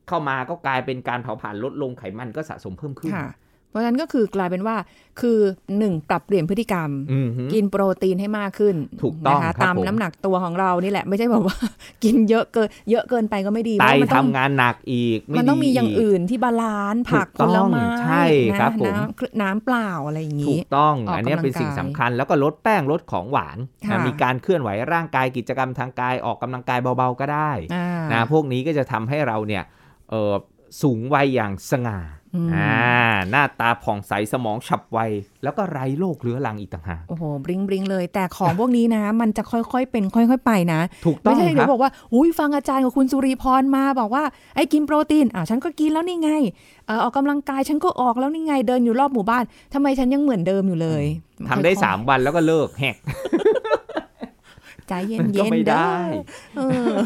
เข้ามาก็กลายเป็นการเผาผลาญลดลงไขมันก็สะสมเพิ่มขึ้น ค่ะ เพราะฉะนั้นก็คือกลายเป็นว่าคือหนึ่งปรับเปลี่ยนพฤติกรรม อืมฮึ กินโปรตีนให้มากขึ้น ถูกต้อง นะคะ ครับ ตาม ผม น้ำหนักตัวของเรานี่แหละไม่ใช่แบบว่า กินเยอะเกินเยอะเกินไปก็ไม่ดี ไต เพราะมัน ทำ ต้อง งานหนักอีก มันต้องมีอย่าง น อื่นที่บาลานซ์ผัก ถูกผต้ ล อง ไม้ ใช่ นะครับ ผม น้ำน้ำเปล่าอะไรอย่าง ถู นี้ กต้อง ออกกำลังกาย อันเนี้ยเป็นสิ่งสำคัญแล้วก็ลดแป้งลดของหวาน ค่ะ นะมีการเคลื่อนไหวร่างกายกิจกรรมทางกายออกกำลังกายเบาๆก็ได้ อ่า นะพวกนี้ก็จะทำให้เราเนี่ยเอ่อสูงวัยอย่างสง่า อืม อ่าหน้าตาผ่องใสสมองฉับไว แล้วก็ไร้โรคเรื้อรังอีกต่างหาก โอ้โหบริงบริงเลย แต่ของพวกนี้นะ มันจะค่อยๆเป็นค่อยๆไปนะ ถูกต้ ไม่ อง ใช่ ค เดี๋ย รับ วบอกว่าอุ้ยฟังอาจารย์กับคุณสุริพรมาบอกว่าไอ้กินโปรตีนอ่าวฉันก็กินแล้วนี่ไงเอ่อออกกำลังกายฉันก็ออกแล้วนี่ไงเดินอยู่รอบหมู่บ้านทำไมฉันยังเหมือนเดิมอยู่เลย ทำได้ ค่อยๆ 3 วันแล้วก็เลิกแหก ใจเย็ มัน น ๆ ก็ไม่ได้ เด้อเออ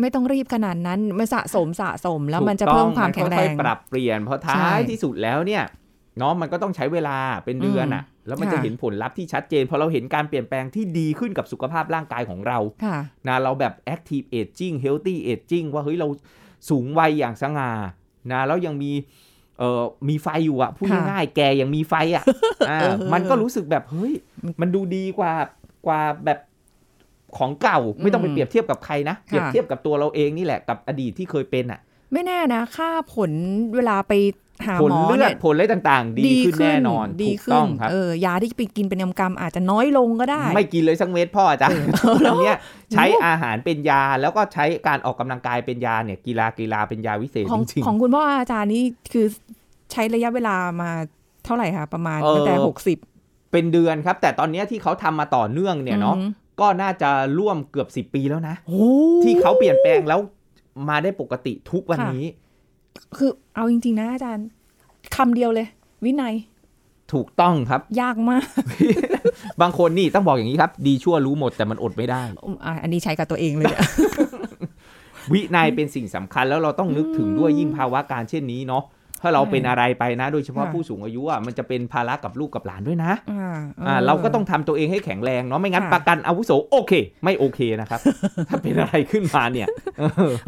ไม่ต้องรีบขนาดนั้นมันสะสมสะสมแล้วมันจะ ถูกต้ เพิ่ อ มความแข็งแร น ง อยๆปรับเปลี่ยนเพราะท้า ใช่ ยที่สุดแล้วเนี่ยเนาะมันก็ต้องใช้เวลาเป็นเดือนอะแล้วมันจะ ค่ะ เห็นผลลัพธ์ที่ชัดเจนพอเราเห็นการเปลี่ยนแปลงที่ดีขึ้นกับสุขภาพร่างกายของเรา ค่ะ นะเราแบบ active aging healthy aging ว่าเฮ้ยเราสูงวัยอย่างสง่านะแล้วยังมีเอ่อมีไฟอยู่อะพูด ค่ะ ง่ายๆแกยังมีไฟอะ อ่า เออ มันก็รู้สึกแบบเฮ้ยมันดูดีกว่ากว่าแบบของเก่าไม่ต้องไปเปรียบเทียบกับใครนะเปรียบเทียบกับตัวเราเองนี่แหละกับอดีตที่เคยเป็นอะ ไม่แน่นะ ค่าผลเวลาไปหา ผล หมอ เลือ เนี่ ด ย ผลอะไรต่างๆ ดีขึ้นแน่นอน ดี ถูก ขึ้ ต้ น องครับ เออยาที่ไปกินเป็นกำๆอาจจะน้อยลงก็ได้ ไม่กินเลยสักเม็ดพ่ออาจารย์ ตอนเนี้ยใช้ โอ้โห อาหารเป็นยาแล้วก็ใช้การออกกำลังกายเป็นยาเนี่ยกีฬากีฬาเป็นยาวิเศษ ของ จริง ของคุณพ่ออาจารย์นี่คือใช้ระยะเวลามาเท่าไหร่คะประมาณ เอ่อ ตั้งแต่หกสิบ ๆเป็นเดือนครับ แต่ตอนเนี้ยที่เขาทำมาต่อเนื่องเนี่ยเนาะก็น่าจะร่วมเกือบ 10 ปีแล้วนะ โอ้ ที่เขาเปลี่ยนแปลงแล้วมาได้ปกติทุกวันนี้ คือเอาจริง ๆ นะอาจารย์คำเดียวเลย วินัย ถูกต้องครับ ยากมาก บางคนนี่ต้องบอกอย่างนี้ครับ ดีชั่วรู้หมดแต่มันอดไม่ได้ อ่ะอันนี้ใช้กับตัวเองเลยอะ วินัยเป็นสิ่งสำคัญแล้วเราต้องนึกถึงด้วยยิ่งภาวะการเช่นนี้เนาะถ้าเราเป็นอะไรไปนะ โดยเฉพาะ ค่ะ ผู้สูงอายุอ่ะมันจะเป็นภาระกับลูกกับหลานด้วยนะ อ่าออ อ่าเราก็ต้องทำตัวเองให้แข็งแรงเนาะไม่งั้น ค่ะ ประกันอาวุโสโอเค ไม่โอเค นะครับ ถ้าเป็นอะไรขึ้นมาเนี่ย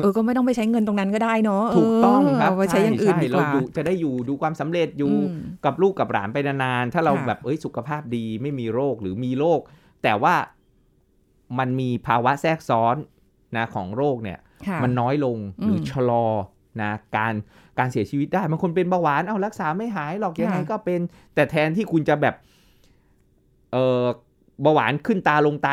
เออก็ไม่ต้องไปใช้เงินตรงนั้นก็ได้เนาะ ถูกต้องครับ เเาไปใช้อย่างอื่นดีกว่า ใช่เรอยู่จะได้อยู่ดูความสำเร็จอยู่ อืม กับลูกกับหลานไปนานๆถ้าเรา ค่ะ แบบเอ้ยสุขภาพดีไม่มีโรคหรือมีโรค แต่ว่ามันมีภาวะแทรกซ้อนนะของโรคเนี่ย ค่ะ มันน้อยลงหรืออ ม ชะลอนะการการเสียชีวิตได้บางคนเป็นเบาหวานเอารักษาไม่หายหรอก ค่ะ ยังไงก็เป็น แต่แทนที่คุณจะแบบเออเบาหวานขึ้นตาลงไต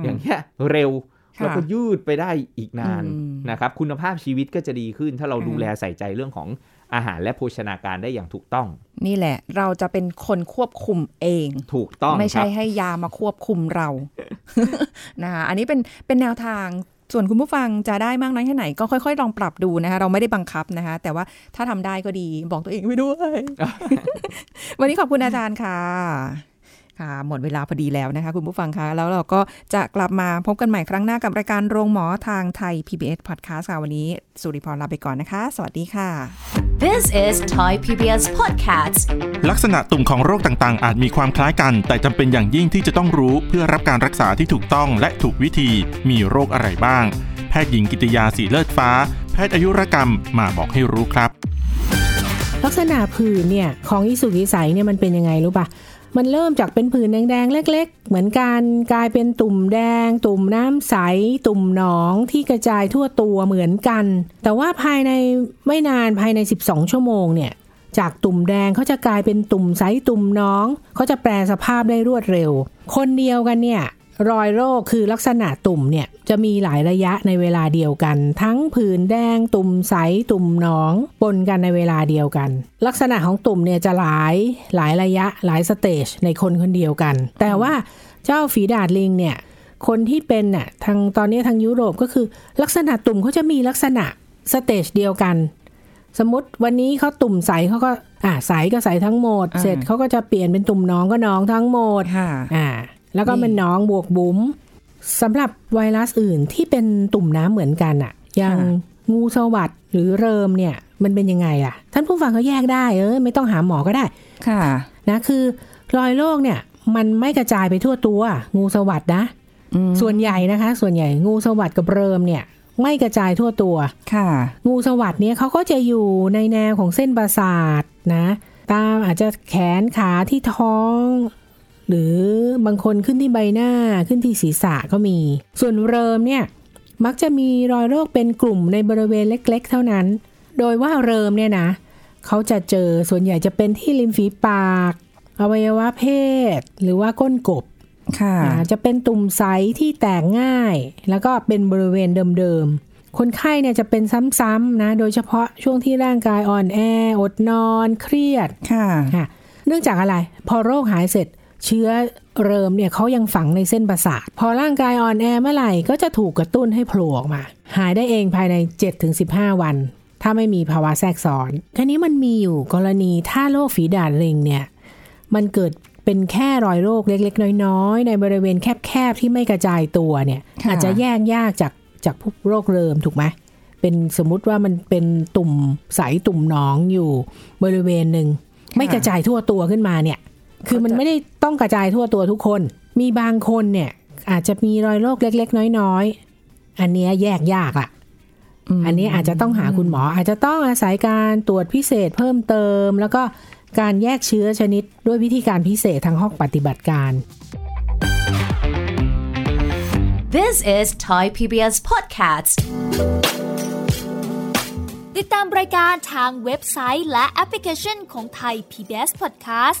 ม อย่างเงี้ยเร็ว ค่ะ แล้วก็ยืดไปได้อีกนาน อืม นะครับ คุณภาพชีวิตก็จะดีขึ้น ถ้าเรา ค่ะ ดูแลใส่ใจเรื่องของอาหารและโภชนาการได้อย่างถูกต้อง นี่แหละ เราจะเป็นคนควบคุมเอง ถูกต้อง ไม่ ค ใช่ รับ ให้ยามาควบคุมเรา นะคะอันนี้เป็นเป็นแนวทางส่วนคุณผู้ฟังจะได้มากน้อยแค่ไหนก็ค่อยๆลองปรับดูนะคะ เราไม่ได้บังคับนะคะ แต่ว่าถ้าทำได้ก็ดีบอกตัวเองไปด้วย วันนี้ขอบคุณอาจารย์ค่ะ ค่ะ หมดเวลาพอดีแล้วนะคะคุณผู้ฟังคะแล้วเราก็จะกลับมาพบกันใหม่ครั้งหน้ากับรายการโรงหมอทางไทย PBS Podcast ค่ะวันนี้สุริพรลาไปก่อนนะคะ สวัสดีค่ะ This is Thai PBS Podcast ลักษณะตุ่มของโรคต่างๆ อาจมีความคล้ายกัน แต่จำเป็นอย่างยิ่งที่จะต้องรู้เพื่อรับการรักษาที่ถูกต้องและถูกวิธี มีโรคอะไรบ้าง แพทย์หญิงกิติยาสีเลิศฟ้า แพทย์อายุรกรรมมาบอกให้รู้ครับ ลักษณะผื่นเนี่ยของอิสุกอิสัยเนี่ยมันเป็นยังไงรู้ป่ะ มันเริ่มจากเป็นผื่นแดงๆ เล็ก ๆ เหมือนการกลายเป็นตุ่มแดง ตุ่มน้ำใส ตุ่มหนองที่กระจายทั่วตัวเหมือนกัน แต่ว่าภายในไม่นานภายใน 12 ชั่วโมงเนี่ยจากตุ่มแดงเขาจะกลายเป็นตุ่มใสตุ่มหน้องเขาจะแปลสภาพได้รวดเร็ว คนเดียวกันเนี่ย รอยโรคคือลักษณะตุ่มเนี่ยจะมีหลายระยะในเวลาเดียวกัน ทั้งผื่นแดง ตุ่มใสตุ่มหนองปนกันในเวลาเดียวกัน ลักษณะของตุ่มเนี่ยจะหลายหลายระยะหลายสเตจในคนคนเดียวกัน แต่ว่าเจ้าฝีดาดลิงเนี่ยคนที่เป็นน่ะทางตอนนี้ทางยุโรปก็คือ ลักษณะตุ่มเขาจะมีลักษณะสเตจเดียวกัน สมมติวันนี้เขาตุ่มใสเขาก็อ่าใสก็ใสทั้งหมด อ่า เสร็จเขาก็จะเปลี่ยนเป็นตุ่มหนองก็หนองทั้งหมด ค่ะ อ่าแล้วก็ นี่ มันน้องบวกบุ๋มสำหรับไวรัสอื่นที่เป็นตุ่มน้ำเหมือนกันอะอย่างงูสวัสดหรือเริมเนี่ยมันเป็นยังไงล่ะ ท่านผู้ฟังเขาแยกได้เออไม่ต้องหาหมอก็ได้ ค่ะ นะคือรอยโรคเนี่ยมันไม่กระจายไปทั่วตัว งูสวัสดนะ อืม ส่วนใหญ่นะคะ ส่วนใหญ่งูสวัสดกับเริมเนี่ยไม่กระจายทั่วตัว ค่ะ งูสวัสดเนี่ยเขาก็จะอยู่ในแนวของเส้นประสาทนะ ตามอาจจะแขนขาที่ท้อง หรือบางคนขึ้นที่ใบหน้าขึ้นที่ศีรษะก็มี ส่วนเริมเนี่ย มักจะมีรอยโรคเป็นกลุ่มในบริเวณเล็ก ๆ เท่านั้น โดยว่าเริมเนี่ยนะ เขาจะเจอส่วนใหญ่จะเป็นที่ริมฝีปาก อวัยวะเพศ หรือว่าก้นกบ ค่ะ อ่าจะเป็นตุ่มใสที่แตกง่าย แล้วก็เป็นบริเวณเดิมๆ คนไข้เนี่ยจะเป็นซ้ำๆนะ โดยเฉพาะช่วงที่ร่างกายอ่อนแอ อดนอน เครียด ค่ะ ค่ะเนื่องจากอะไร พอโรคหายเสร็จ เชื้อเริมเนี่ยเขายังฝังในเส้นประสาท พอร่างกายอ่อนแอเมื่อไหร่ก็จะถูกกระตุ้นให้โผล่ออกมา หายได้เองภายใน 7-15 วัน ถ้าไม่มีภาวะแทรกซ้อนคันนี้มันมีอยู่กรณีถ้าโรคฝีดาดลิงเนี่ย มันเกิดเป็นแค่รอยโรคเล็กๆ น้อยๆ ในบริเวณแคบๆ ที่ไม่กระจายตัวเนี่ย ค่ะ อาจจะแยกยากจากจากพวกโรคเริมถูกไหมเป็นสมมุติว่ามันเป็นตุ่มใสตุ่มหนองอยู่บริเวณหนึ่ง ไม่กระจายทั่วตัวขึ้นมาเนี่ย คือมันไม่ได้ต้องกระจายทั่วตัวทุกคน มีบางคนเนี่ยอาจจะมีรอยโรคเล็ก ๆ น้อยๆ อันเนี้ยแยกยากละ อันนี้อาจจะต้องหาคุณหมอ อาจจะต้องอาศัยการตรวจพิเศษเพิ่มเติม แล้วก็การแยกเชื้อชนิดด้วยวิธีการพิเศษทางห้องปฏิบัติการ This is Thai PBS Podcast ติดตามรายการทางเว็บไซต์และแอปพลิเคชันของไทย PBS Podcast